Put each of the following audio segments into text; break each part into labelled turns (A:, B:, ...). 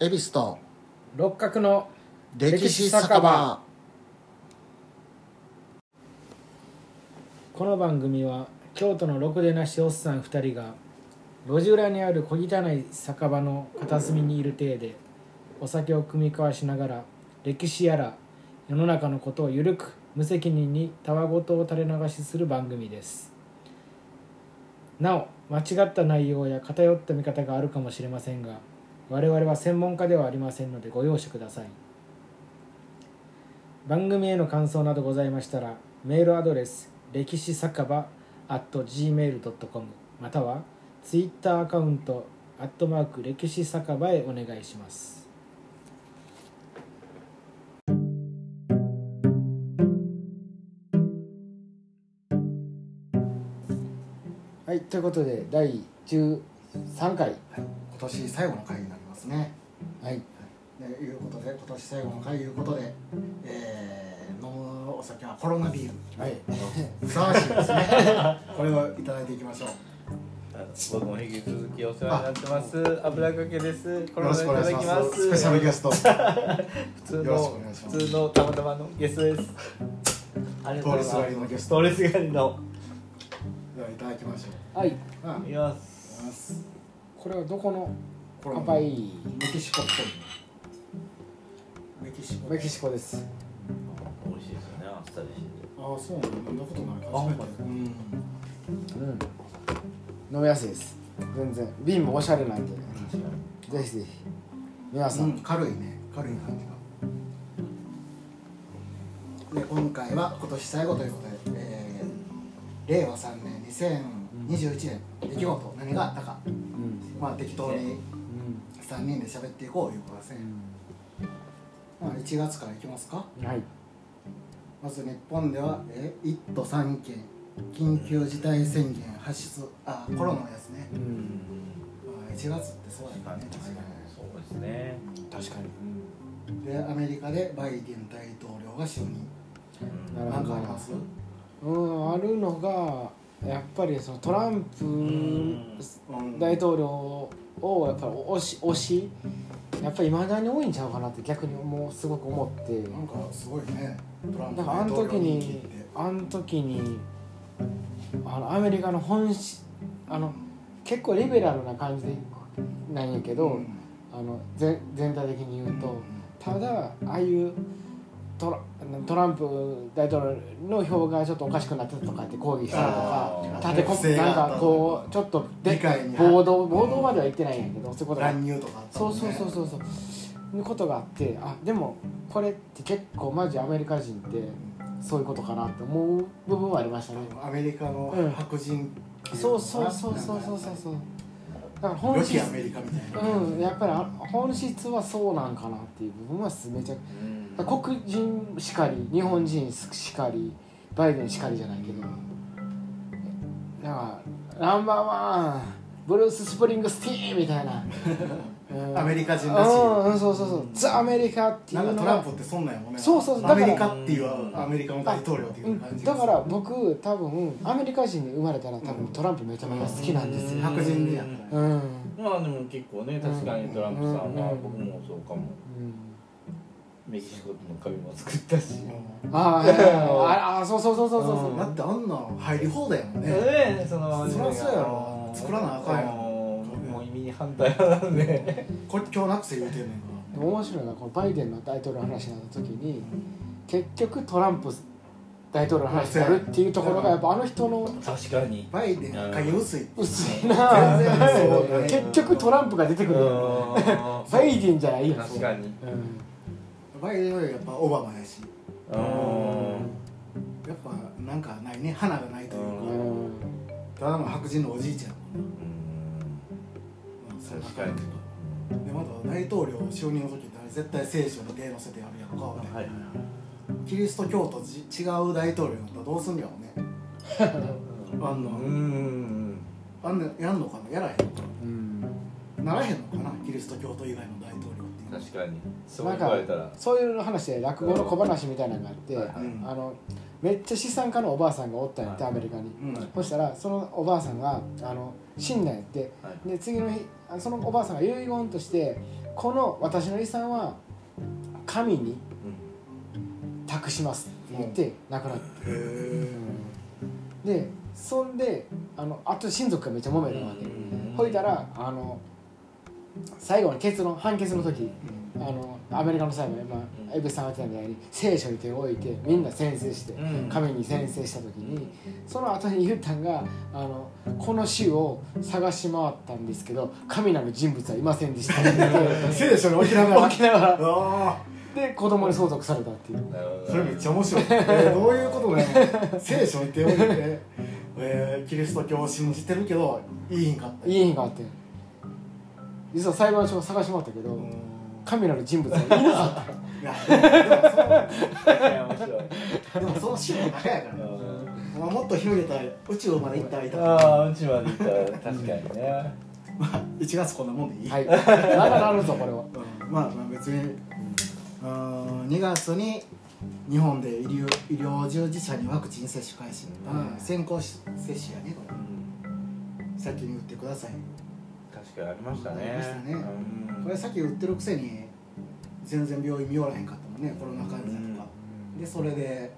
A: 恵比寿と
B: 六角の
A: 歴史酒場
B: この番組は京都のろくでなしおっさん2人が路地裏にある小汚い酒場の片隅にいる体でお酒を酌み交わしながら歴史やら世の中のことをゆるく無責任にたわごとを垂れ流しする番組ですなお間違った内容や偏った見方があるかもしれませんが我々は専門家ではありませんのでご容赦ください番組への感想などございましたらメールアドレス歴史酒場 at gmail.com またはツイッターアカウントアットマーク歴史酒場へお願いしますはいということで第13回
A: 今年最後の回になりますね
B: はい
A: ということで今年最後の回ということで、えー飲むお酒はコロナビール
B: はい
A: ふさわしいですねこれをいただいていきましょう
C: 僕も引き続きお世話になってます。油かけです。これ
A: よろしくお
C: いた
A: 願
C: だ
A: い
C: き
A: し
C: ま
A: ます
C: す。
A: スペシャルゲスト
C: 普通
A: よろし
C: の
A: くお願いします
C: 普通のたまたまのゲストです。ありがとうございます。
A: 通りすがりのゲス
C: ト。通りすがりの。
A: ではいただきましょ
B: はい、
A: うあ
C: いきます。
B: これはどこの
A: これ
B: 乾
A: も
B: 杯
A: メキシコっぽいねメキシコ
B: メキシコです
C: 美味しいですよね。あっさりしてて。
A: ああそうなんだ飲んだことない
C: あほん
A: 初
C: ま
A: め
C: です
A: て
C: か
A: うん
B: うん飲みやすいです全然瓶もおしゃれなんでぜひぜひ皆さん、
A: うん、軽いね軽い感じがで今回は今年最後ということで、えー令和3年2021年出来事何があったか
B: うん
A: まあ適当に
B: うん
A: 3人で喋っていこういうことですね、まあ、1月からいきますか
B: はい
A: まず日本では、えー、1都3県緊急事態宣言発出あコロナのやつね
B: う
C: うんん。
A: まあ1月ってそうだよね確か
C: そうですね。
B: 確かに
A: にでアメリカでバイデン大統領が就任
B: なる
A: な
B: ほ
A: ん
B: ど
A: かあります
B: うんあるのがやっぱりそのトランプ
A: うん
B: 大統領をやっぱり推し推しやっぱりいまだに多いんちゃうかなって逆にもうすごく思って、
A: なんかすごいねトランプ
B: だ
A: 大
B: からあの
A: 統領
B: 時
A: 人気っ
B: に
A: て
B: あの時にあのアメリカの本しあの結構リベラルな感じでなんやけど、
A: うん
B: あのぜ全体的に言うと、
A: うん
B: ただああいうトラトランプ大統領の票がちょっとおかしくなってたとかって抗議したりと
C: あー
B: か立てこ
A: 不正があ
B: な
A: っ
B: ん
A: た
B: かこうちょっと
A: 議会に
B: 暴動暴動までは言ってないんやけど、そういうことが
A: 乱入とかあった
B: そ
A: もん
B: う
A: ね
B: そうそうそうそういうことがあってあでもこれって結構マジアメリカ人ってそういうことかなって思う部分はありましたね
A: アメリカの白人ってい
B: そ
A: の
B: う
A: かな
B: そうそうそうそうそうそうだから
A: 良
B: 本
A: き
B: 質
A: アメリカみたいな
B: うんやっぱりあ本質はそうなんかなっていう部分はめちゃく
C: うん。
B: 黒人しかり日本人しかりバイデンしかりじゃないけどなんかナンバーワンブルース・スプリングスティーンみたいな、うん
A: アメリカ人らし
B: うんうんそうそうそうザ・アメリカって
A: い
B: い
A: なんか
B: うの
A: トラン
B: が
A: プってそんなんやもんね
B: そうそうだ
A: ア
B: から
A: メリカっていうアメリカの大統領っていう
B: う
A: 感
B: ん
A: じ
B: だ
A: がす
B: か
A: る
B: ら僕多分アメリカ人に生まれたら多分トランプめちゃめちゃ好きなんですよ
A: 白人でやった
B: う
A: ら
B: ん、うん
C: まあでも結構ね確かにトランプさんは
B: うん
C: 僕もそうかも。メキシコの紙も作ったし。
B: あーいやいやいやあーそうそうそうそうそうそううん
A: だってあんなん入り放題やもんね
C: ねその
A: そりゃそうやろ作らなあかんやん
C: あのもう意味に反対派なんで
A: 国境なくせ言うてんねん
B: でも面白いのはこのバイデンの大統領の話になった時に結局トランプ大統領の話になるっていうところがやっぱあの人の
C: 確かに
A: バイデン影薄いって
B: 薄い
A: 全
B: な
A: 然そうね
B: 結局トランプが出てくるよバイデンじゃないよ
C: 確かに
B: うん
A: バイデンよりやっぱオバマやし
C: うん
A: やっぱなんかないね花がないという
B: う
A: かた
B: ん
A: だの白人のおじいちゃん、うん、そればっ
C: 確
A: か
C: か
A: り
C: に
A: やけどでまだ大統領就任の時ってあれ絶対聖書に手載せてやるやんか、
C: はい
A: キリスト教徒じ違う大統領になったらどうすんやろねあん
C: う
A: の
C: ん
A: あんのやんのかなやらへんのか
B: うん
A: なならへんのかなキリスト教徒以外の大統領っていうのは
C: 確かにそう言われたら
B: そういう話で落語の小話みたいなのがあって
C: はいはい
A: うん
B: あのめっちゃ資産家のおばあさんがおったんやって
C: は
B: ア
C: い
B: メリカに
A: うん
B: そしたらそのおばあさんがあの死んだんやって
C: はい
B: で次の日あそのおばあさんが遺言としてこの私の遺産は神に
C: うん
B: 託しますって言って亡くなって、
A: へえ
B: でそんであのあと親族がめっちゃ揉めるわけ、
C: うん
B: ほいたらあの最後の結論判決の時あのアメリカの裁判で、まあ、
C: うん
B: エベさんが言ってたみたいに聖書に手を置いてみんな宣誓して
C: うん
B: 神に宣誓した時にその後に言ったんがあのこの種を探し回ったんですけど神なる人物はいませんでしたって言って
A: 聖書に置き ながら
B: 起きながら
A: あ
B: で子供に相続されたっていう
C: なるほど
A: あそれめっちゃ面白い、えーどういうことね聖書に手を置いて、えーキリスト教を信じてるけどいいんかった
B: いい日があって実は裁判所を探し回ったけ
A: う
B: ど
A: ん
B: 神なる人物はいなかった
A: いやで
C: 面白い
A: もそのでもその種の中やからねまあもっと広げたい宇宙まで行ったらいいと思う
C: ああうちまで行ったら確かにね
A: まあ1月こんなもんでいい、
B: はいなんかなるぞこれは
A: うんまあまあ別に、うん、2月に日本で医療医療従事者にワクチン接種開始、
C: うん
A: うん先行し接種やねこ
C: うん
A: れ先に打ってください
C: 確かにありましたね
A: ありましたね
C: うん
A: これ先打ってるくせに全然病院見おらへんかったもんねコロナ患者とか、でそれで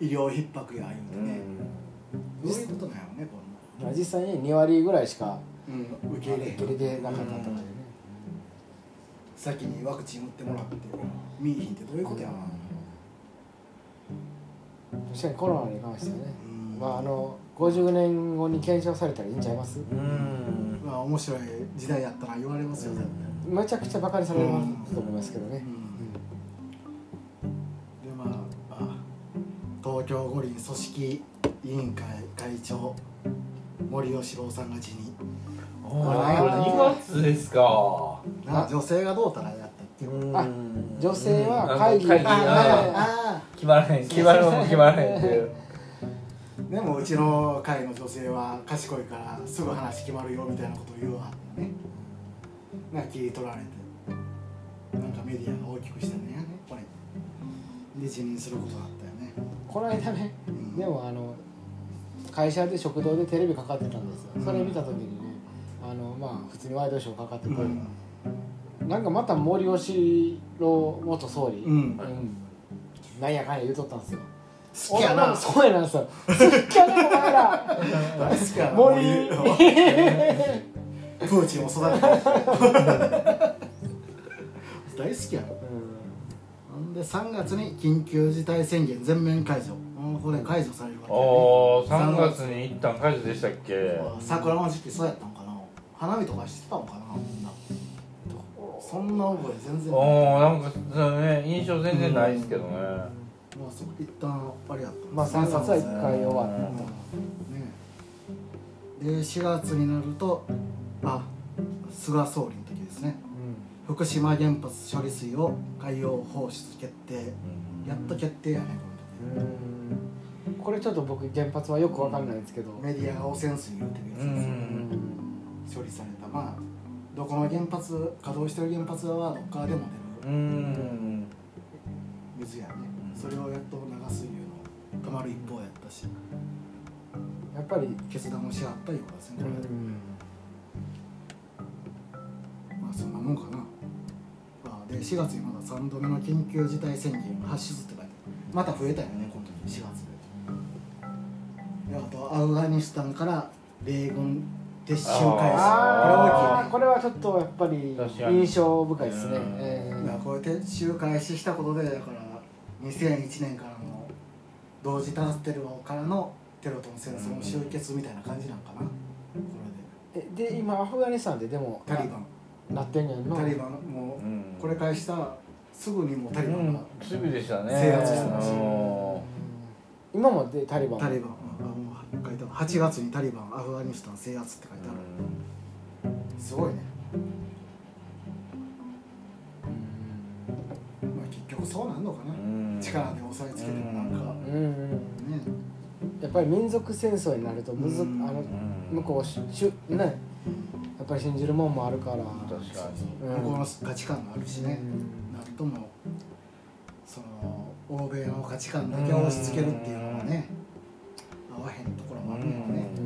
A: 医療逼迫や
C: う
A: 言うてね、
C: ん
A: どういうことなんやろねこん
B: まあ実際に2割ぐらいしか
A: な、うん、受け入れへ
B: 受
A: ん
B: け入れてなかったとかでね
A: 先にワクチン打ってもらって見いひんってどういうことやな、
B: 確かにコロナに関してはね、
A: うん
B: まああの50年後に検証されたらいいんちゃいます、
C: うん
A: まあ面白い時代やったら言われますよ絶
B: めちゃくちゃバカにされますと思いますけど
A: 対、
B: ね
A: う、んでまああ東京五輪組織委員会会長森喜朗さんが辞任
C: おー
B: あ
C: 2月ですか
A: な女性がどうたらやったっけ
B: あ女性は会議
C: あ会議
B: あ
C: あ
A: あ
C: 決まらへん決まるもん決まらへんっていう
A: あでもうちの会の女性は賢いからすぐ話決まるよみたいなことを言うわねなんか切り取られてなんかメディアが大きくしてねこれで辞任することだったよね
B: この間ねでもあの会社で食堂でテレビかかってたんですよそれ見た時にねあのまあ普通にワイドショーかかってて、
A: うん
B: なんかまた森喜朗元総理、
A: うん
B: なんやかんや言うとったんですよ
A: 好きやな
B: 俺もそうやなんですよ好きやなお前ら
A: 大好きやな
B: 森
A: 森 プーチンを育てた大好きやなほんで3月に緊急事態宣言全面解除もうこれ解除されるわけや
C: おー
A: 三
C: 3
A: 月
C: 月に一旦解除でしたっけ
A: ね桜の時期そうやったんかな花見とかしてたんかなみんなそんな覚え全然ないも
C: おーなんかそのね印象全然ないですけどね
A: うそこ一旦あれやった
B: まあ3月は1回終わ
A: うんねで4月になるとあ菅総理の時ですね
B: る
A: 福島原発処理水を海洋放出決定やっと決定やね
B: これちょっと僕原発はよくわかんないんですけど
A: これメディアが汚染水言ってるやつ
C: う
A: ですよ
C: ん
A: 処理されたまあどこの原発稼働してる原発はどっからでも出
C: う
A: る
C: ん
A: 水やね
C: うん
A: それをやっと流すいうのたまる一方やったし
B: やっぱり
A: 決断をし合ったいうことですねこれ、まあそんなもんかなあで4月にまだ3度目の緊急事態宣言発出って書いてあるまた増えたよねこの時4月でであとアフガニスタンから米軍撤収開
B: あ
A: 始
B: あ
A: こ
B: こ
A: れ大きいね
B: れはちょっとやっぱり
C: 確かに
B: 印象深いですね
C: うん
B: え
A: いやこれ撤収開始したことでだから2001年からの同時多発テロからのテロとの戦争の終結みたいな感じなんかなこ
B: ーえで今アフガニスタンででも
A: れでタリバン
B: なってんねんの
A: タリバンも
C: う
A: うんこれ返したらすぐにもうタリバンが
C: すぐでしたね
A: 制圧してたし
C: うん
B: 今もでタリバン
A: タリバンあもう書いてある8月にタリバンアフガニスタン制圧って書いてあるすごいね、まあ、結局そうなんのか
C: う
A: な、
C: ん
A: 力で押さえつけてもなんか、
B: うんうん
A: ね
B: やっぱり民族戦争になるとむず、
A: うん
B: あの
C: うん
B: 向こうししゅねやっぱり信じるもんもあるから
C: 確かに
B: うん
A: 向こうの価値観があるしね、なんともその欧米の価値観だけを押し付けるっていうのはね合わへんところもあるよね
B: うん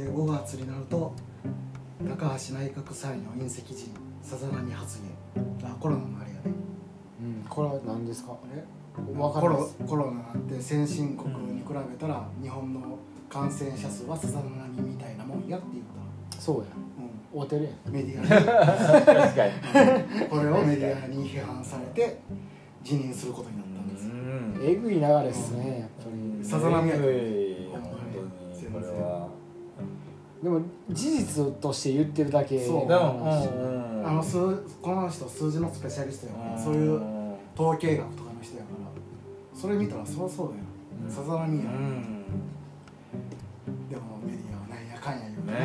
B: う
A: で
B: ん
A: 5月になると高橋内閣参与隕石人さざ波発言あコロナのあれやね
B: うん、これは何ですか
A: あれ
B: わか
A: コ
B: んない
A: ロ
B: です
A: コロナなんて先進国に比べたら日本の感染者数はさざ波みたいなもんやって言っ
B: そうや
A: た
B: 合うてるやん
A: ら、うん、メディアに
D: 確かに
A: これをメディアに批判されて辞任することになったんですよ
B: えぐい流れっすねやっぱり
A: さざ波や
D: 本
A: けど
D: 当にこれは
B: でも事実として言ってるだけ
A: そう
D: でもうんうん
A: あの数この人数字のスペシャリストやから、そういうう統計学とかの人やからそれ見たらそりゃそうだよ
D: うん
A: さざ波
D: ん
A: や、
D: うん
A: でもメディアはなんやかんや言う
D: ね
A: ね
D: え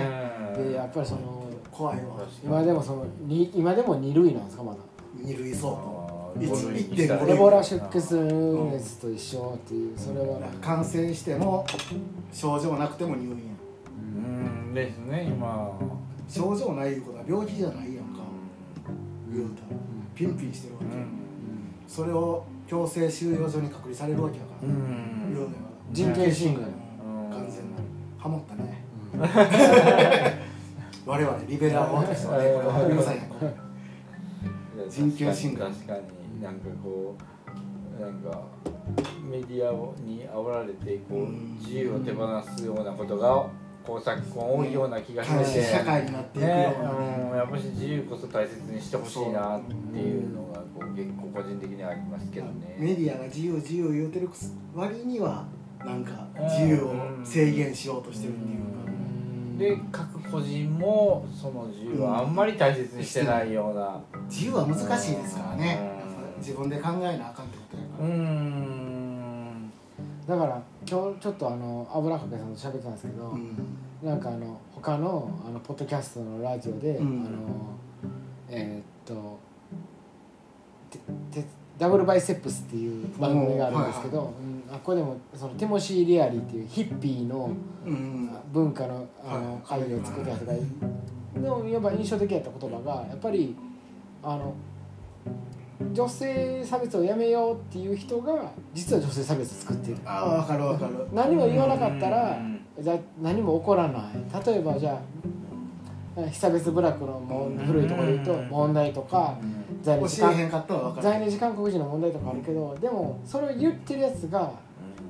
B: でやっぱりその
A: 怖いわ
B: 今でもそのに今でも二類なんですかまだ
A: 二類相当
D: うん
A: いつ1.5
B: エボラ出血熱と一緒っていうそれは
A: 感染しても症状なくても入院や
D: うんですね今
A: 症状ないいうことは病気じゃないやんか
B: うん
A: 言うたらピンピンしてるわ
D: う
A: け、
D: ん
A: それを強制収容所に隔離されるわけやから、
D: うん
A: 言うたら
B: 人権侵害
A: うん
D: うん
A: 完全なハモったね我々リベラルアーティストはねこれは許さへんやんこれ人権侵害
D: 確かになんかこうなんかメディアに煽られてこう
A: うん
D: 自由を手放すようなことがこう昨今多いような気がして
A: 監視社
D: て。
A: 会になっていくよう
D: ね、
A: なね
D: うん、やっぱし自由こそ大切にしてほしいなっていうのがこう結構個人的にはありますけど
A: メデ
D: ね。
A: ィアが自由自由言うてる割にはなんか自由を制限しようとしてるっていう
D: で各個人もその自由をあんまり大切にしてないような。
A: か自由は難しいですからねやっ
D: うん
A: ぱ自分で考えなあかんってことやか
D: うーん。
B: だから今日ちょっとあの油かけさんと喋ってたんですけど、
A: らうん
B: なんかあの他のあのポッドキャストのラジオで、
A: うん
B: あのえーっとててダブルバイセップスっていう番組があるんですけど、うんあこれでもそのティモシー・リアリーっていうヒッピーの
A: うん
B: 文化のあの
A: はい
B: 会を作った人がいでもやっぱ印象的やった言葉がやっぱりあの女性差別をやめようっていう人が実は女性差別を作っている
A: ああ分かる分かる
B: 何も言わなかったら
D: うん
B: じゃあ何も起こらない例えばじゃあ被差別部落のもう古いところで言うと
D: うん
B: 問題とか在日
A: 教えへ
B: 韓
A: んかったら分か
B: 在
A: る
B: 日韓国人の問題とかあるけどでもそれを言ってるやつが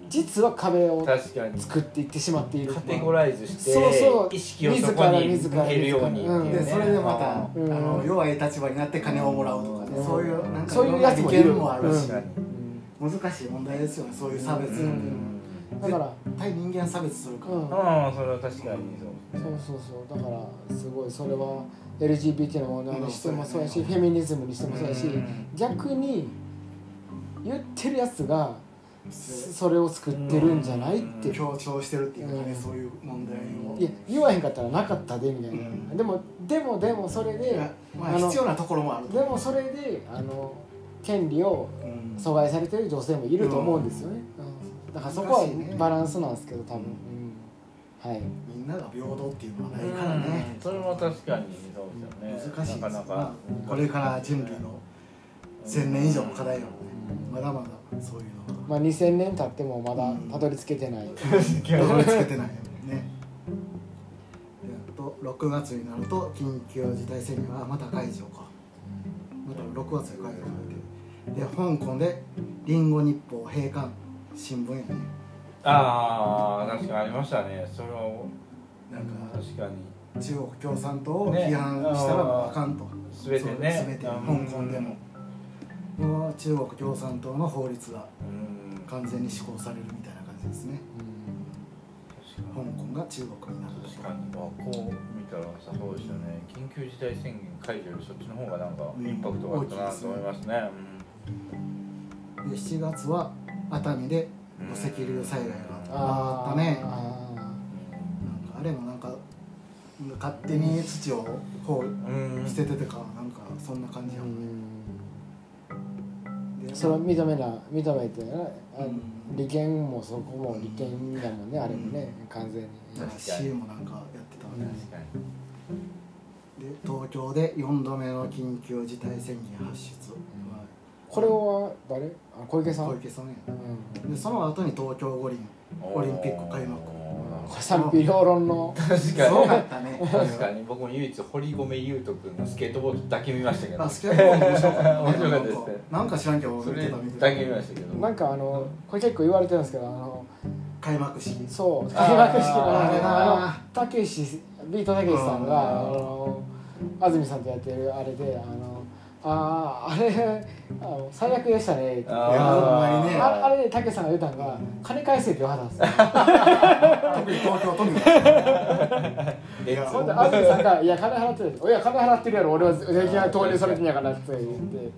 B: 実は壁を
D: 確かに
B: 作っていってしまっている
D: カテゴライズして
B: そうそう
D: 意識をそこに向けるようにっていうね
A: でそれでまたあ
B: うん
A: の弱い立場になって金をもらうとかね
B: うん
A: そういうなんか
B: そういうやつもいる
A: ろんな利権もあるし
D: 確かに
B: うん
A: 難しい問題ですよねそういう差別って
D: う
A: い
D: ん
A: うの
B: だから
A: は対人間差別するから
B: うん
D: うんそれは確かにそう
B: そうそうそうだからすごいそれは LGBT の問題にしてもそうやし、フェミニズムにしてもそうやし、
D: うん
B: 逆に言ってるやつが
A: そ
B: それを作ってるんじゃないって、
A: う強調してるっていうか
B: う
A: ね
B: ん
A: そういう問題を
B: いや言わへんかったらなかったでみたいな、
A: うん
B: でもでもでもそれ
A: い
B: で
A: やま
B: あ
A: あ
B: の
A: 必要なところもあると
B: でもそれであの権利を
A: うん
B: 阻害されてる女性もいると思うんですよね、うんだからそこ
A: 難しいね
B: はバランスなんですけど多分、うんはい
A: みんなが平等っていうのはないからね
D: うんそれも確かにそうですよね
A: 難しいです
D: なかなか
A: これから人類の1000年以上の課題やもんねまだまだそういうの
B: まあ、2000年経ってもまだ
A: うん
B: たどり着けてな い、
A: はたどり着けてないよねやっと6月になると緊急事態宣言はまた解除かまた6月で解除されてで香港でリンゴ日報閉館新聞やね
D: ああ確かにありましたねそれは
A: なんか
D: 確かに
A: 中国共産党を批判したらあかんと、
D: 全てね
A: そう全て香港でももう中国共産党の法律が
D: うん確か
A: 完全に施行されるみたいな感じですね香
D: に
A: 港が中国になると
D: 確かにあこう見たらさそうですよね緊急事態宣言解除よりそっちの方がなんかインパクトがあったなと思いますね、
A: で7月は熱海で土石流災害があったねなんか
B: あ
A: あれもなんか勝手に土をこう
D: うんうん
A: 捨てててかなんかそんな感じ
B: ー
A: や
B: う
A: もんね
B: ん
A: で
B: それは認めな認めてなあ
A: うん
B: 利権もそこも利権だもんねあれもね完全に
A: なんか CM もなんかやってたわね
D: 確かに
A: で東京で4度目の緊急事態宣言発出、
B: これは誰あ小池さん
A: 小池さんや
B: うん
A: でその後に東京五輪オリンピック開幕
D: おー
B: 賛否両論の
D: 確
A: すご
D: か
A: か
D: に
A: ったね
D: 確かに僕も唯一堀米雄斗君のスケートボードだけ見ましたけど
A: あスケートボード面白かった、ね、
D: 面白かったですね
A: なんか知らんけど
D: そ
A: 見て
D: れ
A: た見てた
D: だけ見ましたけど
B: なんかあのこれ結構言われてるんですけどあの
A: 開幕式
B: そう
D: あー
B: 開幕式のあ
A: あれな
B: のたけしビートたけしさんがあ
D: うん
B: の安住さんとやってるあれであのあーあれあの最悪でしたねって
D: あ
A: いやほんまにね
B: ああれでたけしさんが言うたんが金返せって言わはったんですよ
A: 特に東京都民が
D: ーえ
A: いや
B: ほんで安住さんが「いや金払ってる」「いや金払ってるやろ俺は税金は投入されてんやから」って言って
A: い
B: で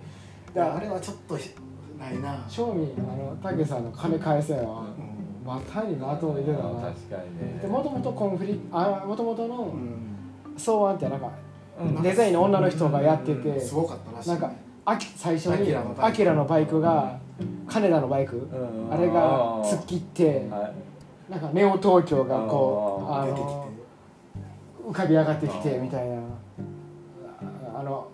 A: やあ
B: あ
A: れはちょっとひないな、
B: 正味あのたけしさんの「金返せ」は
A: うん
B: またにまとめてた
D: あー
B: な
D: 確かにね
B: でもともとコンフリあもともとの
A: うん
B: 草案ってなんか
D: うん
B: デザインの女の人がやってて
A: すごかったらしい
B: なんかあき最初に
A: アキラのバイク
B: アキラのバイクが金田のバイク
D: うん
B: あれが突っ切って
D: はい
B: なんかネオ東京がこう
D: あ
B: あ
A: 出てきて
B: の浮かび上がってきて
D: あー
B: みたいなああの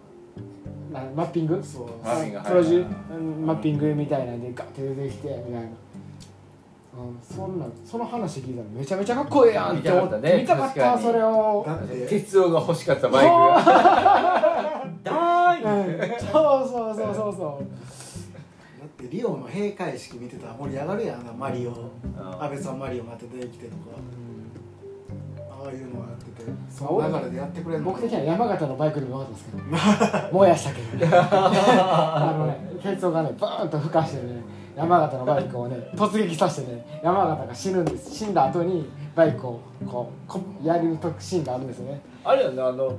B: なマッピング
A: そう
D: マッピング
B: プロジ
D: はいはい
B: ュうんマッピングみたいなんでガッて出てきてみたいな、うん、そんなその話聞いたらめちゃめちゃかっこええやんって思って見
D: 見
B: た
D: た
B: か
D: か
B: っ
D: ったたね
B: それを
A: だって
D: 鉄夫が欲しかったバイクが だ
B: う
D: ーい
B: んそうそうそうそうそう
A: だってリオの閉会式見てたら盛り上がるやんあのマリオ安倍さんマリオが出てきてとかああいうのがやっててその流れでやってくれるの
B: 僕的には山形のバイクでもよかったですけ ど燃やしたけどねあのねケツオがねバーンと孵化してね山形のバイクをね突撃させてね山形が死ぬんです死んだ後にバイクをこうこやるとシーンがあるんですよね
D: あれよねあの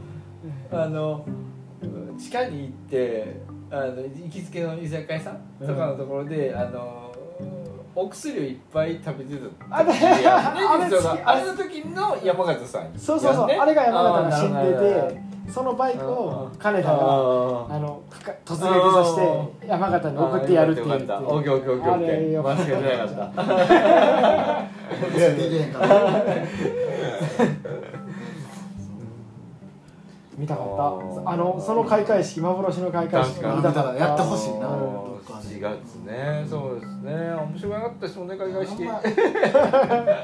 D: あの地下に行ってあの行きつけの居酒屋さんとかのところで、あのお薬をいっぱい食べてた
B: あれ
D: あ
B: あれ
D: れあれの時の山形さん
B: そうそうそう、
D: ね
B: あれが山形が死ん
D: あーなるほどな
B: で
D: る
B: てそのバイクを金田が
D: ほど
B: あのふか突撃させて山形に送ってやるって言って
D: あーよかったよかったオッケーオッケーオッケー
B: あれよかった
D: 間違えてなかった
A: いやできへんから
B: 見たかっ
D: あー
B: たあのその開会式幻の開会式
D: 確かに
B: 見たかった
A: やってほしいなどっかで
D: 4月ねそうですね面白かったですもんね開会式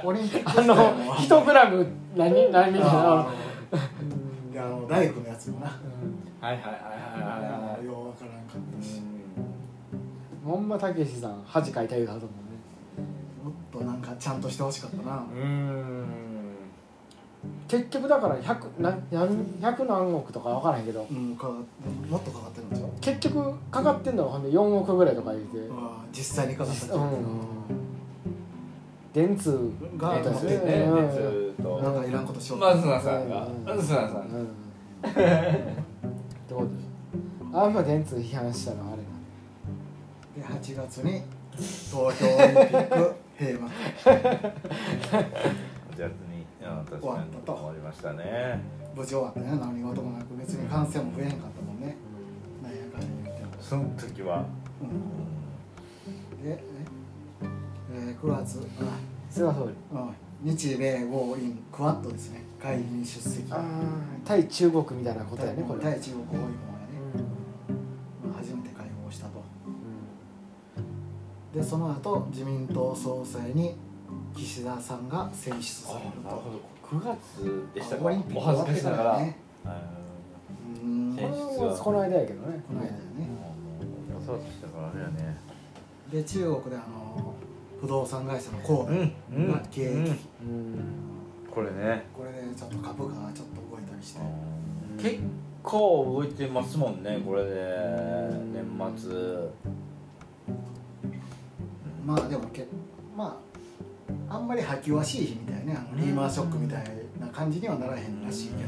A: オリンピック
B: あの1グラム何何みたいな
A: であの大工のやつもな
D: はいはいはい
A: あれ
D: は
A: はい
D: はい
A: ようわからんかったし
B: もんまたけしさん恥かいたようだと思うね
A: もっとなんかちゃんとしてほしかったな
D: うんうん
B: 結局だから100な何100何億とか分からへんけど
A: うんかもっとかかってるんちゃう
B: 結局かかってんのはほんで4億ぐらいとか言うて
A: ああ実際にかかったっていう
B: 電通
A: が
D: ね
B: そうです
D: ずっと
B: ね
D: ねずっと
A: なんかいらんことしよう
D: まずなさんが
B: うん
D: ま ずなさ
B: うんんってことでしょあんま電通批判したのはあれな
A: で8月に東京オリンピック閉幕
D: 8月にうん確
A: 終わ
D: か
A: った
D: に
A: と
D: 終わりましたね
A: 無事終わったね何事もなく別に感染も増えへんかったもんねなんやかんや言っても
D: その時は
A: うんでええー、9月あ
B: 菅総理
A: うん日米豪印クワッドですね会議に出席
B: あー対中国みたいなことやねこれ、
A: 対中国訪問やね、まあ初めて会合したとでその後自民党総裁に岸田さんが選出されると
D: 9月でしたか
A: オリンピック
D: お恥ずかしながら
A: 終わって
D: うん
A: うーん
D: 選
B: こ
D: 出
A: こ
B: れはこの間やけどね
A: の間よね
D: そうでしたからあれやね
A: で中国であの不動産会社の神
D: うん
A: 戸が経営危機、
B: うん
D: これね
A: これでちょっと株価がちょっと動いたりして、
D: 結構動いてますもんねこれで
B: ん
D: 年末
A: まあでもけまああんまり覇気はしい日みたいねあのリーマンショックみたいな感じにはならへんらしいけど、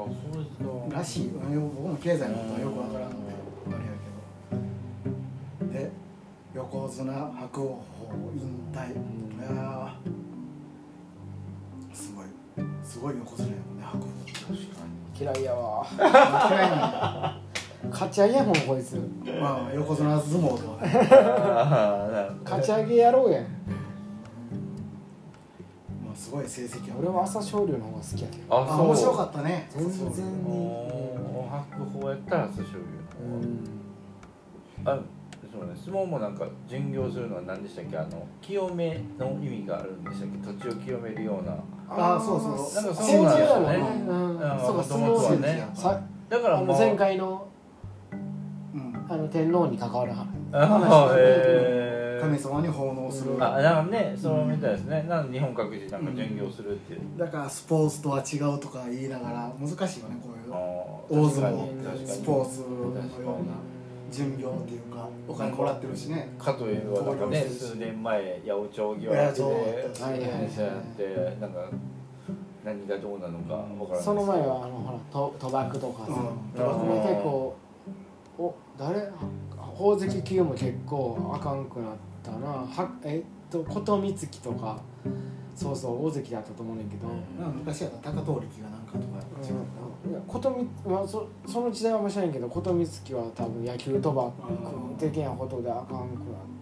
D: あそうですから
A: しいうん僕も経済のことはよくわからんのであれやけどで横綱白鵬引退いやーすごいすごい横綱やもんね白鵬
D: 確か
B: 嫌いやわ
A: 嫌いなんだ
B: 勝ち上げやもんこいつ
A: まあ横綱相撲とはね
D: にああなるほど
B: 勝ち上げやろうやん
A: まあすごい成績や
B: 俺は朝青龍の方が好きやけど
D: あ
A: あ面白か
D: っ
A: ったね
B: 全然
D: おお白鵬やったら朝青龍
B: うん
D: あそうね、相撲もなんか巡業するのは何でしたっけあの清めの意味があるんでしたっけ土地を清めるような
A: ああそうそう
D: なんか
A: そ
D: そうなんですよね
A: う
B: うんん
D: あー
B: そうか
D: 元
B: 相
D: 々
B: 撲
D: は
B: は
A: ね
B: ねさ
D: だから
B: あ
D: も
B: の
D: う
B: 前回の
A: うん
B: あの天皇に関わる話
D: あ
B: 話で
D: ーへ
A: 神
D: ー
A: 様に奉納する、
B: うん
D: あなんかねそうみたいですね、なんか日本各地なんか巡業するっていう、
A: だからスポーツとは違うとか言いながら難しいよねこういう
D: あ
A: 大
D: ー確
A: 相
D: かに
A: 撲
D: 確かに
A: スポーツのような巡業っていうかお金もらってるしね
D: かというはなんかね数年前八百長業やって
A: 八
D: て
A: 百長
B: はいはいはい
D: 電車やってなんか何がどうなのかわからないです
B: その前はあのほらと賭博とかさ、
A: うん
B: 賭博も結構お誰宝石級も結構あかんくなったなはえっと琴光月とかそうそう大関だったと思うねんけど、
D: う
B: うん
D: ん
A: なんか昔やったら高遠力がなんかとか違う
B: いや琴光まあ、そその時代は面白いけど琴光月は多分野球賭博的なことであかんくなって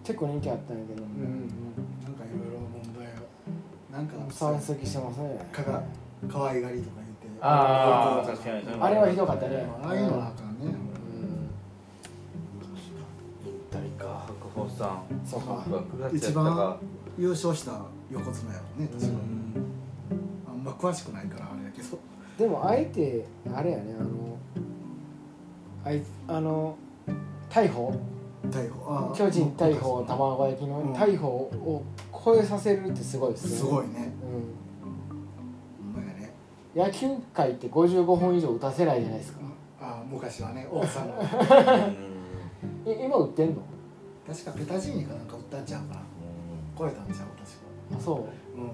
B: 結構人気あったんやけど、うん
A: なんかいろいろ問題をなんか
B: うん、山積してますね
A: かが可愛がりとか言って
D: ああ
A: よく
D: 確かにそも
B: あれはひどかったね
A: ああいうのはあかんね
B: うん
D: 引退か白鵬さん
B: そうか
D: 9月や
A: 一
D: ったか
A: 番優勝した横綱やもんね確かに
D: うん
A: あんま詳しくないからあれやけど
B: でもあえてあれやねあのあいつあの大鵬
A: 大鵬ああ
B: 巨人大鵬卵焼き
A: うん
B: の大鵬を超えさせるってすごいですね
A: すごいね
B: う
A: ほんまやね
B: ん、野球界って55本以上打たせないじゃないですか
A: ああ昔はね王さんの
B: い今打ってんの
A: 確かペタジーニかなんか打ったんちゃうかな超えたんちゃう確か
B: あそう、
A: うん
B: うん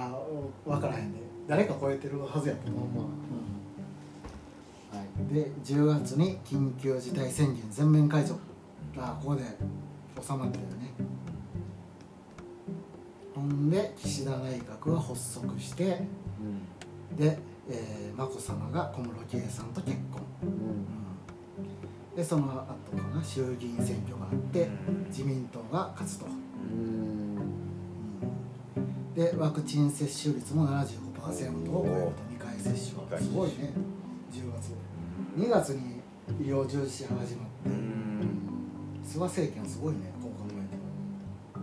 A: あ分からへんで誰か超えてるはずやと思う、
B: まあまあはい
A: で10月に緊急事態宣言全面解除あここで収まってるよねほんで岸田内閣は発足してで、えー、眞子さまが小室圭さんと結婚、
B: うん
A: うんでその後かな衆議院選挙があって自民党が勝つと、
B: うん
A: うんでワクチン接種率も75%を超えると2回接種はすごいね10月2月に医療従事者始まって菅政権すごいねこう考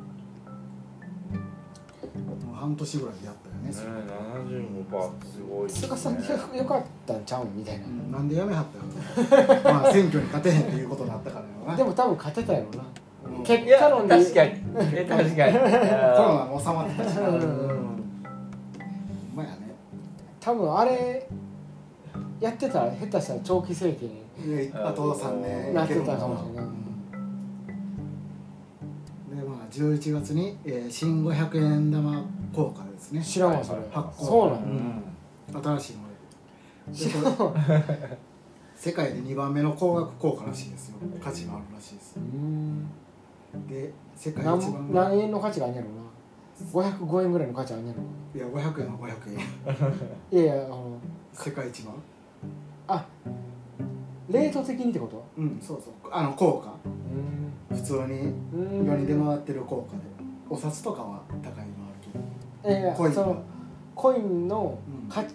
A: えてももう半年ぐらいでやったよね、
D: 75%すごいですね
B: 菅さんよよかったんちゃうんみたいな、
A: うんなんでやめはったよまあ選挙に勝てへんっていうことになったからよな
B: でも多分勝てたやろうな
A: うん
B: 結
D: いや
B: 果論で
D: 確かにえ確かに
A: コロナも収まってたしな
B: う
A: うんんまやね
B: 多分あれやってたら下手したら長期政権に
A: であと3年
B: なってたかもしれない、
A: でまあ11月に、えー新500円玉効果ですね
B: 知らんわそれ
A: 発行
B: そうな
D: う
B: の
D: ん
A: 新しいのででこれ世界で2番目の高額効果らしいですよ価値があるらしいです
B: うん
A: で世界一
B: 何
A: 番
B: 何円の価値があんねやろな505円ぐらいの価値あんねやろ
A: いや500円は500円
B: ないやいやあの
A: 世界一番
B: あレート的にってこと
A: うんそうそうあの効果
B: うん
A: 普通に
B: うん
A: 世に出回ってる効果でお札とかは高いのあるけど
B: いやいや
A: コイン
B: そ
A: は
B: のコインの
A: うん
B: 価値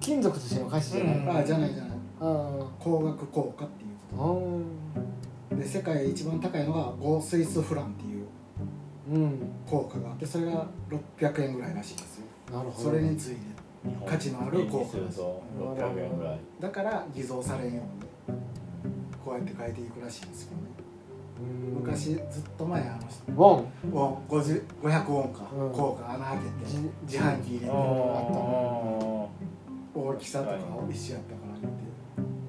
B: 金属としての価値じゃない、
D: うん
A: あじゃないじゃない
B: あ
A: 高額効果っていう
B: あうん
A: ことで世界一番高いのがゴースイスフランっていう
B: うん
A: 効果があってそれが600円ぐらいらしいですよ
B: なるほど
A: それについて価値のある
D: コ
A: 効
D: ース
A: 果
D: ると600円ぐらい
A: だから偽造されんようにこうやって変えていくらしいんですよね
B: うん
A: 昔ずっと前あの
B: ウォン
A: ウォン50 500ウォンか、
B: うん
A: 効果穴開けて
B: じ
A: 自販機入れて
D: あ
A: 大きさとかを一緒やったからって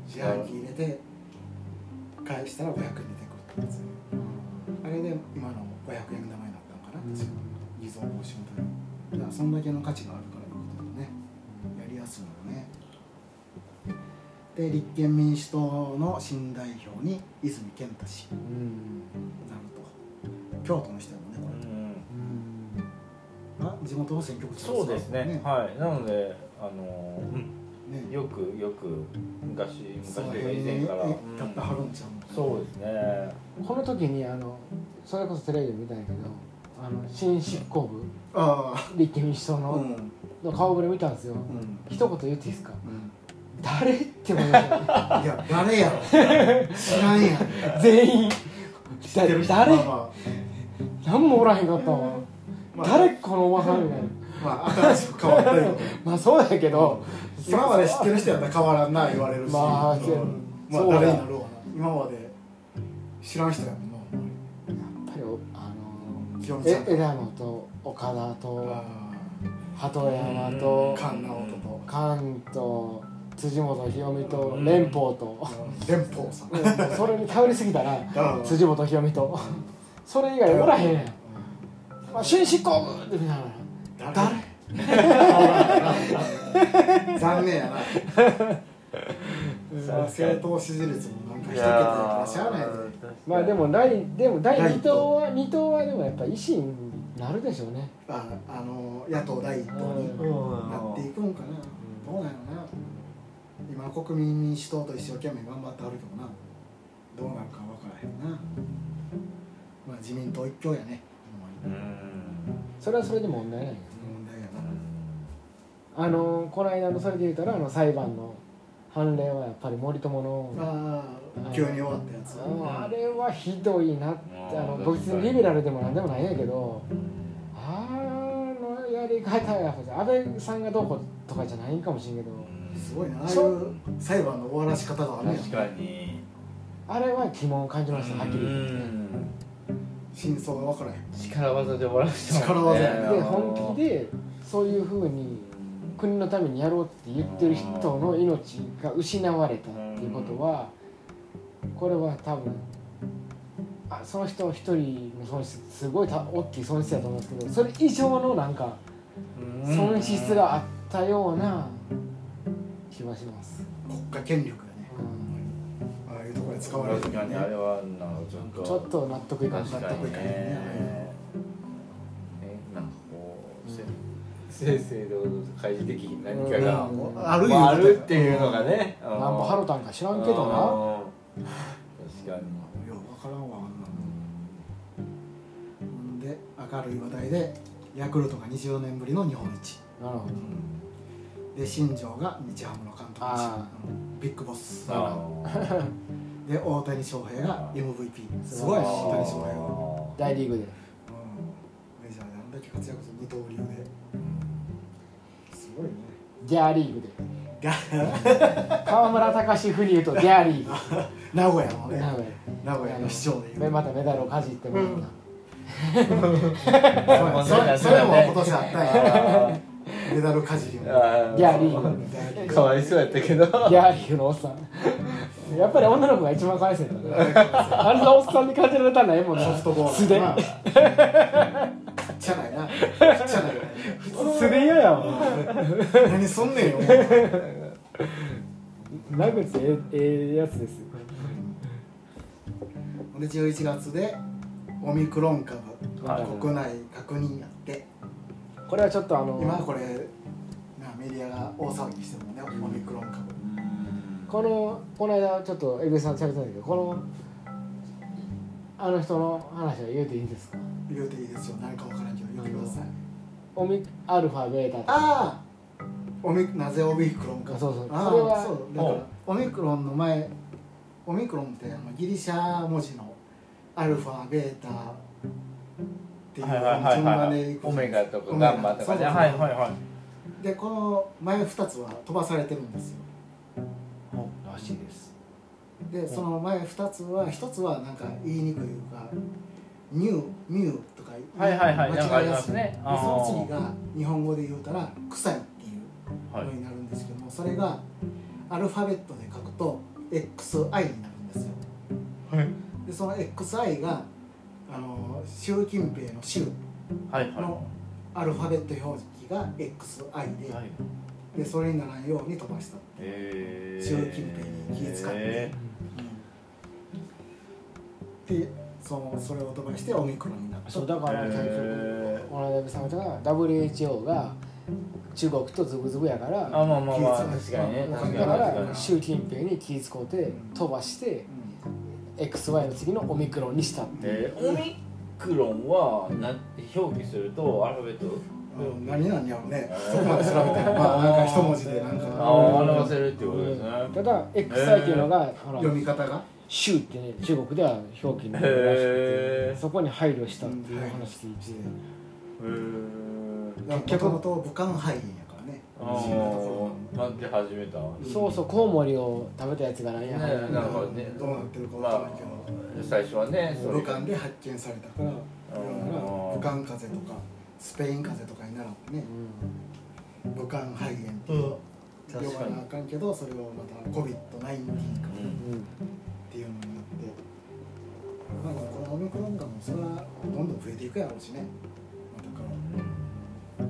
A: 自販機入れて返したら500円出てくるってやつねあれで今の500円玉になったのかな確か偽造防止のためにだからそんだけの価値があるからいうことでねやりやすいのよねで立憲民主党の新代表に泉健太氏
B: うんうん
A: なると京都の人やもんねこ
B: うん
A: れあ地元の選挙区
D: そうですねはいなのであの
A: ね
D: よくよく昔
A: そ
D: 昔
A: の
D: とい
A: 辺
D: うか
A: に
D: 以前からう
A: やっては
D: ん
A: るんちゃうの
D: そうですね
B: この時にあのそれこそテレビで見たんやけどあの新執行部
A: あ
B: 立憲民主党
A: あ
B: の,、
A: うんうん
B: の顔ぶれ見たんですよ
A: うん
B: 一言言っていいですか誰って思いましたね
A: いや誰やろ知らんやん
B: 全員
A: 知ってる人
B: 誰
A: まあま
B: 何もおらへんかったわ、
A: あ、まあ、
B: 誰このおばはんみたいな
A: まあ新しく変わった よ
B: まあそうやけど
A: 今まで知ってる人やったら変わらんな言われるし、
B: まあ
A: うん
B: そうや
A: まあ
B: そうや
A: 誰になろうかな今まで知らん人やもんな
B: やっぱりおあの
A: 清美ちゃ
B: え
A: ん
B: 枝野と岡田と
A: あ
B: 鳩山と
A: ー菅直人と
B: 関と辻元清美と連邦と
A: 連邦さん
B: もうそれに頼りすぎたら
A: うん
B: 辻元清美とそれ以外お らへんやん「まあ、新執行部!」みたいな
A: 誰残念や な
D: 確かに
A: 政党支持率もなんか一
D: い
A: 桁やからしゃあないで
B: まあでも第でも第
A: 第
B: 2
A: 一
B: 党
A: 党
B: は2党はでもやっぱ維新になるでしょうね
A: ああの野党第一党に
B: う
A: なっていくんかなどうなんやろな今国民民主党と一生懸命頑張ってはるけどなどうなるか分からへんなまあ自民党一強やねほんま
D: う
A: に
D: ん
B: それはそれで問題ないよ
A: 問題やな
B: あのこの間のそれで言うたらあの裁判の判例はやっぱり森友の
A: ああ急に終わったやつ
B: あのあれはひどいなってあの僕別にリベラルでもなんでもないんやけどあのやり方はやっぱ安倍さんがどうこうとかじゃないんかもしれんけど
A: すごいなああい
B: そう
A: 裁判の終わらし方があるやん
D: 確かに
B: あれは疑問を感じましたはっきり言って
D: うん
A: 真相が分からへん
D: 力技で終わらせて
A: 力技や
B: で本気でそういうふうに国のためにやろうって言ってる人の命が失われたっていうことはこれは多分あその人一人の損失すごいた大きい損失だと思うんですけどそれ以上のなんか損失があったような気はします。
A: 国家権力やね
B: うん
A: ああいうところで使われる
D: 確か
A: よ
D: に
A: ね
D: あれはなんかちょっと
B: ちょっと納得いかな
D: 確
B: かっ
D: か
B: た
D: にねえなんかこうせ正々堂々と開示的に何かが
A: うん
D: あ
A: ある
D: る
A: よね
D: あるっていうのがねな
B: なんぼ払うたんか知らんけどな
D: 確かに
A: よう分からんわあんなのほんで明るい話題でヤクルトが24年ぶりの日本一
B: なるほど
A: で新庄が日ハムの監督だし
B: あ
A: ビッグボス
D: あー
A: で大谷翔平が MVP すごいね大谷翔平は、
B: 大リーグで
A: うん、メジャーであんだけ活躍する二刀流ですごいね
B: ギャーリーグで
A: が
B: 川村隆史リーとギャーリーグ
A: 名古屋のね
B: 名古
A: 名古屋の市長でいう
B: 屋またメダルをかじってもらった
A: そうそれそれも今年あったんや
D: あ
A: メダルかじりも
D: ー
B: ギャーリーグ
D: かわいそうやったけど
B: ギャーリーグのおっさんやっぱり女の子が一番かわいそうやったあんなおっさんに感じられたんだええもんな
A: ソフトボール
B: 素で
A: まあちっちゃないなちっちゃない
B: 素で嫌やわ
A: 何そんねんよお前
B: 殴ってええええやつです
A: で11月でオミクロン株
D: はい
A: 国内確認やって
B: これはちょっとあ
A: 今
B: の
A: これなメディアが大騒ぎしてるもんねオミクロン株
B: このこの間ちょっとエビさん喋ってたんだけどこのあの人の話は言うていいんですか
A: 言うていいですよ何か分からんけど言ってください
B: オミアルファベータと
A: ああオミなぜオミクロンか
B: そうそう
A: ああ
B: それは
A: そうだからオミクロンの前オミクロンってあのギリシャ文字のアルファベータっていう
D: はいはいはい
A: 順番で
D: はいい
A: く
D: オメガとか
A: オメ
D: ガンマとかね
A: そうそうそう
D: はいはいはい
A: でこの前2つは飛ばされてるんですよ
D: らしいです
A: でその前2つは1つはなんか言いにくいいうか「ニュー」「ミュー」とか
D: はいはいはいなんか
A: 間違
D: あり
A: いや
D: ますす
A: いで
D: ね
A: その次が日本語で言うたら「臭い」っていう
D: はい
A: のになるんですけども、それがアルファベットで書くと「XI」になるんですよ
D: はい
A: でその XI があの習近平の「習
D: はい」はい
A: のアルファベット表記が XI で,、
D: はい
A: でそれにならんように飛ばした
D: えー
A: 習近平に気遣って
D: え
A: でそのそれを飛ばしてオミクロンになった
B: そうだから、
D: へー
B: この間さんが WHO が中国とズブズブやか
D: ーあ
B: ら
D: まあまあまあ
A: 気遣
D: 確かにね
A: まあ
D: 確かに
B: だか
D: 確
B: ら
D: に
B: 習近平に気遣うて飛ばして
A: うん
B: XY の次のオミクロンにしたって
D: えーオミクロンはなんて表記するとアルファベット
A: ううん、何なんやろうねそこまで調べてまあなんか一文字でなん
E: あ
A: か
E: ー
D: ああ表せるっていうことですね
B: ただ XI っていうのが、ほら
A: 読み方が
B: 「州」ってね中国では表記になるらしく
D: へ
B: てそこに配慮した
A: う
B: っ
A: ん
B: ていう話聞いて、
A: 結
B: 結
D: えへ
A: 局
B: 局
A: もともと武漢肺炎やからね
D: えああなんて始めた
B: そうそうコウモリを食べたやつがなんや、
D: ねえなるほどね
A: どうなってるか
D: ま
A: わからな
D: あ
A: いけど、
D: 最初はねそれ
A: 武漢で発見されたから武漢風邪とかスペイン風邪とかにならってね
B: う
A: 武漢肺炎って
D: うん
A: 呼
D: 確
A: ば
D: かに
A: なあかんけどそれをまた COVID-19 か
D: う
B: ん
D: ん
B: うん
A: っていうのになってまあこのオミクロン株もそれはどんどん増えていくやろうしね、まあ、だか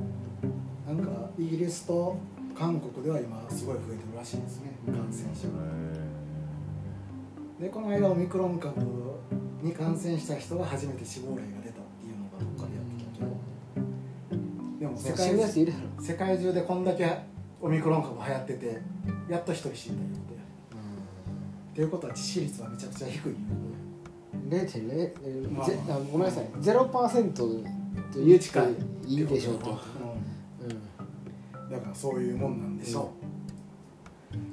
A: らなんかイギリスと韓国では今すごい増えてるらしいですね感染者がでこの間オミクロン株に感染した人が初めて死亡例が出たっていうのがどっかでやってたけどでも世
B: 世
A: 界
B: 界のやついるやろ、
A: 世界中でこんだけオミクロン株流行っててやっと一人死んだよってっていうことは致死率はめちゃくちゃ低いよね
B: 0.0、
A: まあ
B: ぜあごめんなさい0%という近いいいでしょうと、
A: だからそういうもんなんでしょ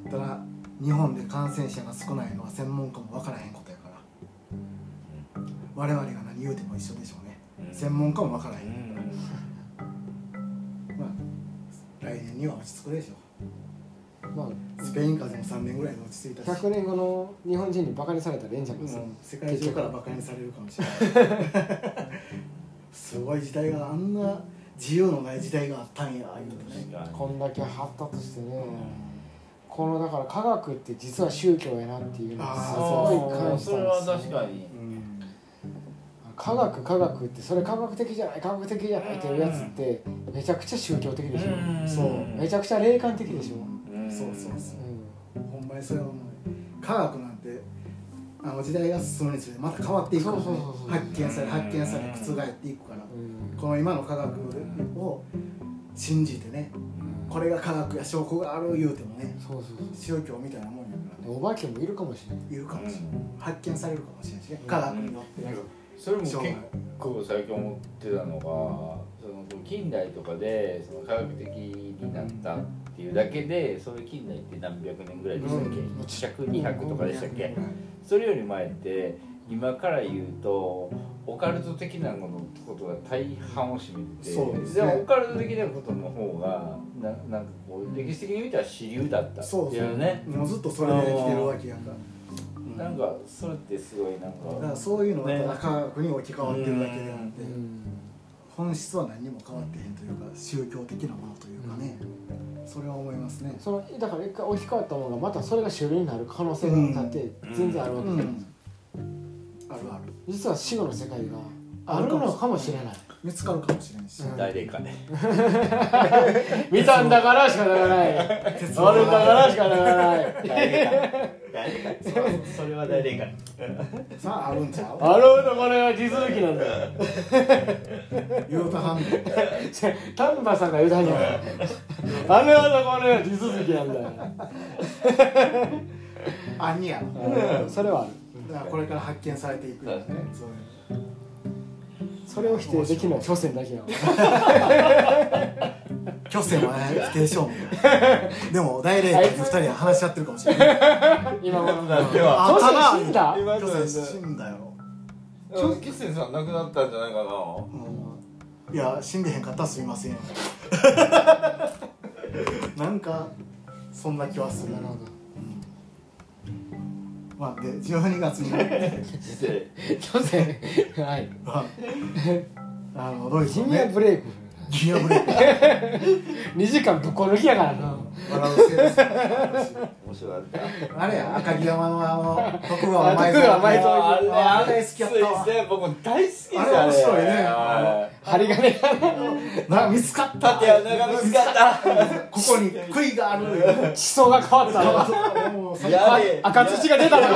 A: う、ただ日本で感染者が少ないのは専門家も分からへんことやから我々が何言うても一緒でしょうね専門家も分からへん、まあ来年には落ち着くでしょ
B: うんま
A: うスペイン風邪も3年ぐらいで落ち着いた
B: あ、
A: し、
B: 100年後の日本人にバカにされたらええんじゃな
A: う
B: い
A: ん
B: です
A: 世
B: か、
A: 界中からバカにされるかもしれないすごい時代があんな自由のない時代があったんやいうのね
B: こんだけ発達してね、このだから科学って実は宗教やなっていうのをすごい感
D: あ
B: じ
D: それ
B: た
D: は
B: んです、ね、
D: 確かに
A: うん
B: 科学科学ってそれ科学的じゃない科学的じゃないっていうやつってめちゃくちゃ宗教的でしょ、めちゃくちゃ霊感的でしょ、
A: そうそうそう
B: う
A: ほんまにそれはもう科学なんてあの時代が進むにつれてまた変わっていくからね
B: そうそうそうそう
A: 発見され発見され覆っていくから
B: んうん
A: この今の科学を信じてねこれが科学や証拠がある言うてもね
B: そうそうそう
A: 宗教みたいなもんやからね
B: お化けもいるかもしれない。
A: いるかもしれない発見されるかもしれないしね
D: うん
A: 科学によってね
D: それも結構最近思ってたのがその近代とかでその科学的になったっていうだけでそれ近代って何百年ぐらいでしたっけ100200とかでしたっけそれより前って今から言うとオカルト的なものことが大半を占めて
A: そうです
D: で
A: ね
D: もオカルト的なことの方がななんかこう歴史的に見たら主流だったって
A: そうそ
D: いうね
A: うもうずっとそれで来てるわけやからうん
D: なんかそれってすごいなん
A: だから
D: か
A: そういうのが
D: ね
A: ただ科学に置き換わってるだけであって
B: うん
A: 本質は何も変わってへんというか宗教的なものというかね、それは思いますね。
B: そのだから一回置き換わったものがまたそれが主流になる可能性がだって全然あるわけじゃない、
A: うんあるある
B: 実は死後の世界があるのかもしれない
A: 見つかるかもしれんし、
B: うん
D: 大霊界
B: 見たんだからしかならない
A: 鉄
B: あるんだか
A: は
B: らしかならない
D: 大霊界大霊界それはそれは大霊界
A: さああるんちゃう
B: あろうとこれは地続きなんだ
A: 言うたはんねん
B: 丹波さんが言うたんやあれはとこれは地続きなんだ
A: あんにやろ
B: よそれはある
A: だからこれから発見されていくよね
D: そうで
A: そういう
B: それを否定できない所詮だけやわ
A: 虚勢はね否定し ようもんでも大霊界の二人は話し合ってるかもしれない
B: 今も
D: なっては
A: あ
B: 所
A: た
B: 詮死んだ
D: 今の
A: 虚勢死んだよ、
D: キッセンさん亡くなったんじゃないかな
A: うん、いや死んでへんかったらすみません よなんかそんな気はする
B: なるほど
A: まあで12月に
D: 失礼
B: 所詮はい
A: はあのドイツ
B: ジ
A: の
B: ニア
A: ね
B: ブレイク
A: ギアブレーキ
B: 2時間ぶっこ抜きやからな
A: 笑うせいです
D: 面白かった
A: あれや赤城山のあの徳川
B: あ
A: 埋
B: 徳
A: 蔵
B: 川埋蔵
D: あれ
A: あ
D: あ
A: れ
D: れ
A: 好きやったわ
D: ですね僕も大好きですよ
A: あれ面白いね
D: は
B: 針金が
A: な見つかっ
D: い
A: た
D: 縦穴が見つかった
A: ここに杭がある
B: 地層が変わったの
A: もう
D: や
B: あ
D: れ
B: 赤土が出たのが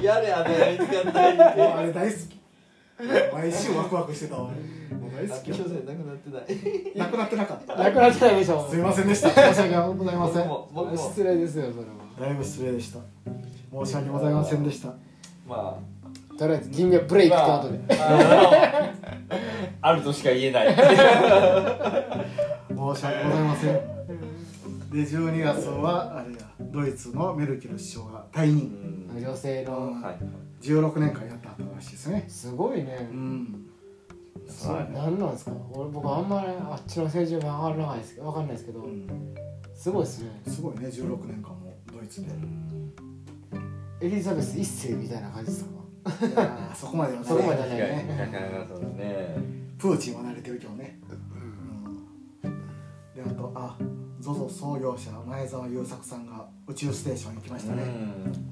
D: やれ穴が見つかった
A: もうあれ大好き毎週ワクワクしてたわもう大好きや
D: 所詮なくなってない
A: なくなってなかった
B: なくなってないでしょ
A: すいませんでした申し訳ございませ
D: 僕
A: ん
D: も僕も
B: 失礼ですよそれは
A: だいぶ失礼でした申し訳ございませんでした
D: まあ
B: とりあえず人間ブレイクって後で
D: まああのあるとしか言えないは
A: 申し訳ございませんで12月はあれやドイツのメルケル首相が退任
B: 女性の
D: い
A: 16年間やったらしいですね
B: すごいね
A: うん
D: は
B: 何なんですか俺僕あんまりあっちの政治は分からないですけど分かんないですけどすごいですね
A: すごいね16年間もドイツで
B: エリザベス一世みたいな感じですか
A: いやーそこまではない
B: そこまで
D: い
B: は
D: 確か
B: ね
D: になかなかそうだね
A: プーチンは慣れてるけどね、うん、であとあ ZOZO 創業者前澤友作さんが宇宙ステーション行きましたね、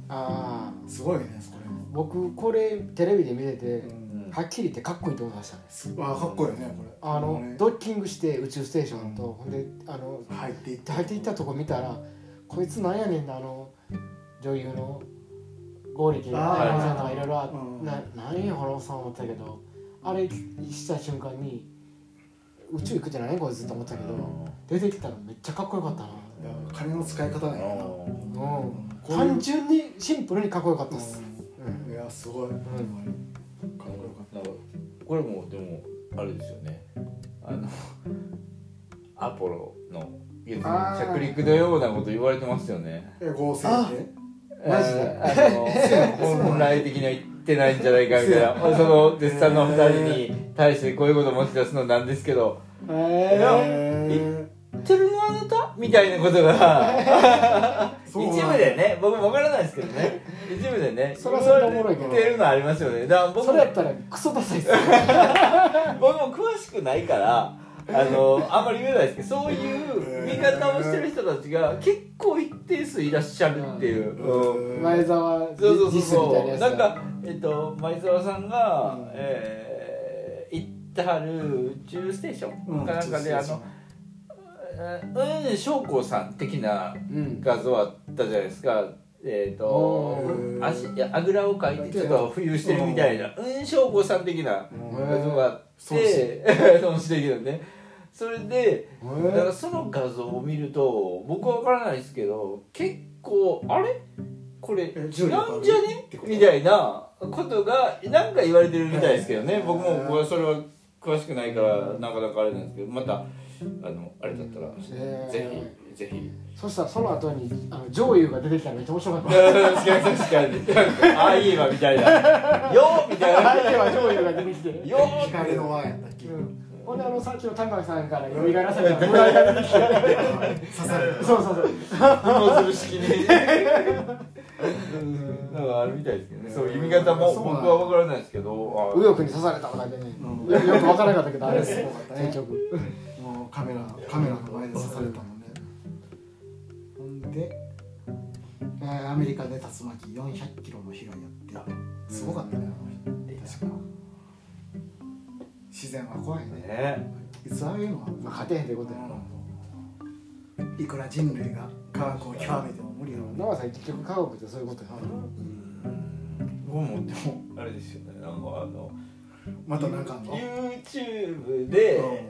B: ああ
A: すごいねそれも、
B: 僕これテレビで見てて
D: うん
B: はっきり言ってかっこいいと思いましたね
A: すあかっこいいよねこれ
B: あの
A: ね
B: ドッキングして宇宙ステーションとほんであの
A: 入っていって
B: 入っていったとこ見たらこいつなんやねんなあの女優の剛力彩乃さんとかいろいろあ
A: うん
B: な何やこのおっさん思ったけどあれした瞬間に宇宙行くじゃないこいつと思ったけど出てきたらめっちゃかっこよかったな
A: だから金の使い方だよ
B: うん
A: こういう
B: 単純にシンプルにかっこよかった
A: な
B: っす、
A: うんいやすごい、ほんまにかっこよかった
D: なんかこれもでもあれですよねあの アポロの月面着陸のようなこと言われてますよね
A: え合成って
B: マジで
D: あの本来的には言ってないんじゃないかみたいなその絶賛の二人に対してこういうこと持ち出すのなんですけど
B: え
A: え
D: 「てるのあなた?」みたいなことが 一部でね僕も分からないですけどね一部でね
B: それはそれでおもろいけど
D: 言ってるのありますよねだから僕
B: そ
D: も
B: れやったらクソダサいっすよ
D: 僕も詳しくないからあのあんまり言えないですけどそういう見方をしてる人たちが結構一定数いらっしゃるっていう。 うん
B: 前澤
D: そうそうそ
B: 実
D: う
B: スみたいな
D: そ
B: や
D: う
B: つ
D: な
B: だ
D: んかえっと前澤さんが、えー行ってはる宇宙ステーションかなんかで、あのえーうん将校さん的な
B: うん
D: 画像あったじゃないですかえっ、と
A: うん
D: 足いやあぐらをかいてちょっと浮遊してるみたいなうん将校さん的な画像があって損してるねそれでだからその画像を見ると僕は分からないですけど結構あれこれ
A: え
D: なんじ
A: 重
D: ゃ
A: 力ある
D: ね
A: ってこと
D: みたいなことがなんか言われてるみたいですけどね僕も僕はそれは詳しくないからなかなかあれなんですけどまたあのあれだったら
B: ん
D: ぜひぜひ
B: そしたらその後にあの上優が出てきたのめっちゃ面白かった
D: 確かに確かにああいいわみたいなよーみたいな
B: 相手は上優が出てきて、
D: よー
A: 光の輪やったっけ
B: ほんであのさっきの高木さんから蘇らされた村井が出てきて
A: 刺された
B: そうそうそう
D: 芋づる式になんかあるみたいですけどねそういう見方も僕は分からないですけどあ
B: 右翼に刺されたとかでね
A: うん
B: よよく分からなかったけどあれ
A: あれ
B: ですす
A: ごかったね
B: 結局
A: もうカメラカメラの前で刺されたもんねほんで、えーアメリカで竜巻400キロの被害やってすごかったねあの人確か自然は怖いね
D: ね
A: いつああいうのは
B: まあ勝てへんってことや
A: いくら人類が科学を極めても無理だろうね
B: 長さん結局科学ってそういうことや
D: 僕もでもあれですよねなんかあの
A: またなんかあんの
D: YouTube で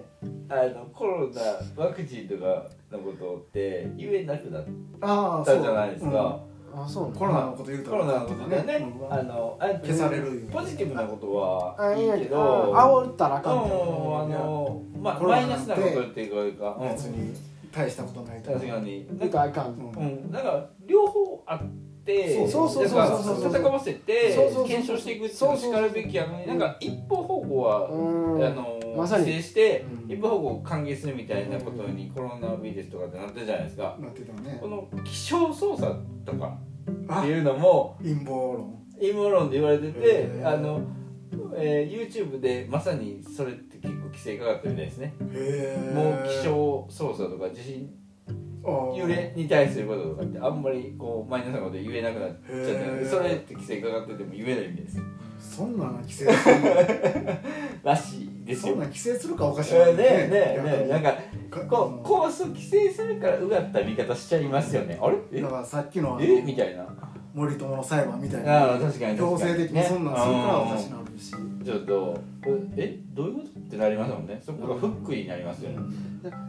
D: あのコロナワクチンとかのことって言えなくなっ
A: ああそ
D: た
A: う
D: じゃないですか、
B: あそう
A: コロナのこと言うと
D: コロナのことでね
A: うん
D: あのあ
A: 消されるよ
D: ポジティブなこと
B: あ
D: はい
B: いや
D: い
B: け
D: け
B: ど
D: ど
B: 煽ったらあ
D: あ
B: かんって
D: のあの、まあ、
A: コロ
D: マ
A: ナ
D: イ
A: な
D: ナ
A: ん
D: ス
A: て
D: なことっていうかうん
A: 別に大したことないとか
D: 確かに
B: なんかあかん
A: うん
D: うん、なんか両方あって
B: そうそうそうそうそうそう
D: 戦わせて
B: そうそうそう
D: 検証していくっていうのをしかるべきやのになんか一方方向は、
B: うん
D: あの
B: まさに
D: 規制して、
A: うん
D: 一方方向を歓迎するみたいなことにコロナウイルスとかってなったじゃないですか
A: なってたね
D: この気象操作とかっ
A: あ
D: ていうのも
A: 陰謀論
D: 陰謀論で言われてて
A: へー
D: あの、えー YouTube でまさにそれって結構規制かかってるみたいですね
A: へえ
D: もう気象操作とか地震揺れに対することとかってあんまりこうマイナスなこと言えなくなっちゃってるん
A: へ
D: で
A: ー
D: それって規制かかってても言えないみたいです
A: そんなん規制する
D: らしいです
A: そ
D: よ
A: んなん規制するかおかしい
D: えーねえねえねえなん
A: か
D: か
A: か
D: こうこうそう規制するからうがった見方しちゃいますよねあれえ
A: だからさっきのあの
D: えみたいな
A: 森友の裁判みたい
D: あ
A: な
D: あ確かに
A: 強
D: 確かに
A: 制的に
D: ね
A: そんなんするからおかしなるし
D: うんちょっとこれえどういうことってなりますもんねそこがフックになりますよね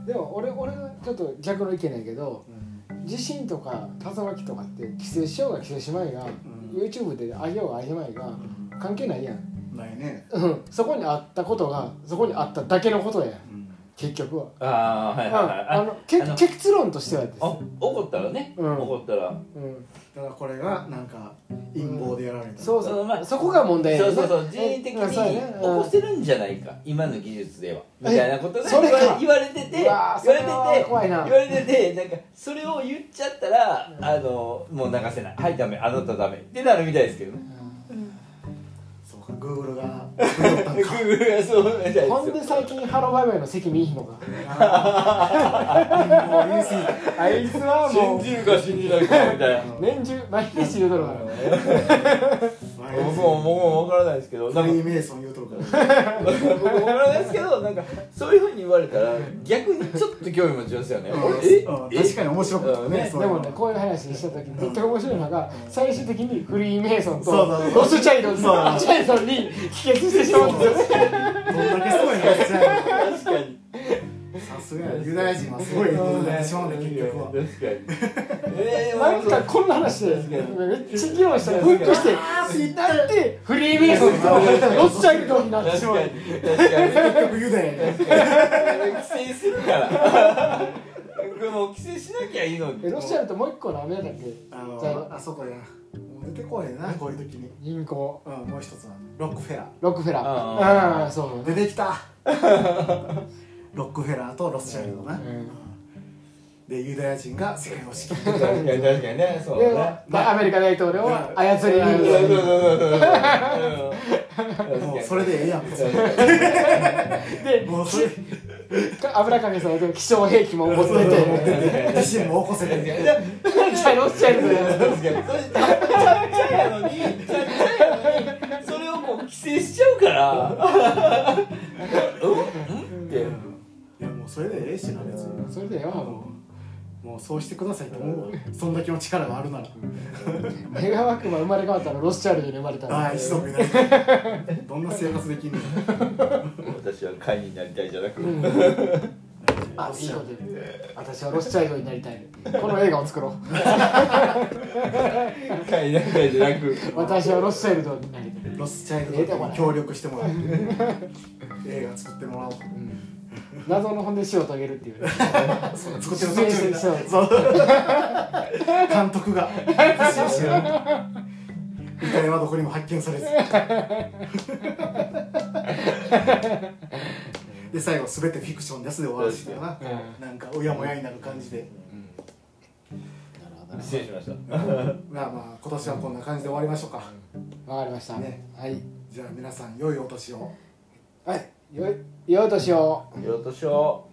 B: でも俺俺はちょっと逆の意見なんやけど
A: うん
B: 地震とか竜巻とかって規制しようが規制しまいが、
A: ん
B: YouTube であげようがあげまいが関係ないやん
A: ないね、
B: うんそこにあったことがそこにあっただけのことや
A: うん、
B: 結局は
D: ああはいはいはい
B: ああのけ
D: あの
B: 結論としてはです
D: あ
B: ね、
D: 怒ったらね、
B: うん
D: 怒ったら
B: うん、
A: ただこれがなんか陰謀でやられた、
B: そうそう、
D: うんまあ
B: そこが問題や
D: そう
B: ね
D: そうそう人為的
B: うんそうや
D: に
B: ね
D: 起
B: うん
D: こせるんじゃないか今の技術ではみたいなことが
B: それ
D: 言
B: か
D: わ言われてて言
B: う
D: わ
B: わー
D: れてて
B: それは怖いな
D: 言われててなんかそれを言っちゃったらあのもう流せないはいダメあなたダメってなるみたいですけどね
A: そうかグーグルが拾 ったんか
D: Google がそうみたいですよ
B: ほんで最近ハローバイバイの関見いひ のが
A: もう言い過ぎた
B: あいつはも
D: 信じるか信じないかみたいな
B: う年中毎日言うとるから
A: 前
D: 僕も僕も分からないですけど
A: フ
D: なんか
A: リーメイソン言うとるから
D: 僕も分からないですけどなんかそういうふうに言われたら逆にちょっと興味持ちますよね
A: うん
D: え
A: うん
D: え
A: 確かに面白かったね
D: うん
A: そう
B: で
A: いう
B: も
A: の
B: ねこういう話した時にとっても面白いのが最終的にフリーメイソンと
A: そうそうそう
B: ロスチャイルド
A: そう
B: ロスチャイルドに帰結してしまうんですよね
A: どんだけすごい話じゃ
D: 確かに
A: んさすがやユダヤ人はすごいことになってしまうんだ結局は
D: 確かにえー、
B: なんかこんな話で
D: 確かに
B: めっちゃ議論したら奮起してなんでフリーメイソンとロスチャイルドになって
D: 確
B: しまう
D: かに確かに
A: 結局ユダヤやね
D: 規制するからもう規制しなきゃいいのに
B: えロスチャイルドもう一個の雨だっけ
A: あ
B: じゃ
A: の
B: あ
A: あそこやなもう出てこへんなこういう時に
B: 銀行
A: うんもう一つはロックフェラ
B: ロックフェラー
D: あ
B: ああーそう
A: ー出てきた ロックフェラーとロスチャイルドな
B: うん
A: でユダヤ人が世界を仕切る
D: 確かに確かにねそう
B: で
D: ね
B: まあアメリカ大統領は操り
D: そうそう
B: 人
D: そ
B: 形
D: うそうそう
A: もうそれでええやん別に
B: で
A: もうそれ
B: 油かけされて気象兵器も持って
A: そうそう持って
B: て
A: て地震も起こせ
D: 確か
A: て
D: に
B: じゃあロスチャイルドや
D: 確かにそれちゃっちゃやのにちゃっちゃやのにそれをこう規制しちゃうからうんうんって
A: いやもうそれでええしな別に
B: それでよ
A: もうもうそうしてくださいと思うわそんだけの力があるなら
B: メガワクマ生まれ変わったらロスチャイルドに生まれた
A: あ
B: ら
A: あ一族になるどんな生活できんの
D: 私は会になりたいじゃなく
B: うんあいいこと言う私はロスチャイルドになりたいこの映画を作ろう
D: 会になりたいじゃなく
B: 私はロスチャイルドになりたい
A: ロスチャイルドに協力して もらう映画作ってもらおう
B: 謎の本で死を遂げるっていうね
A: 作ってる途中にな
B: そう
A: そう監督が不審者遺体はどこにも発見されずで最後全てフィクションですで終わるしだよな、なんかうやもやになる感じで、
D: 失礼しました
A: まあまあ今年はこんな感じで終わりましょうか、
B: わかりました
A: ね
B: はい
A: じゃあ皆さん良いお年を
B: はいよいよいお年を
D: よとしょう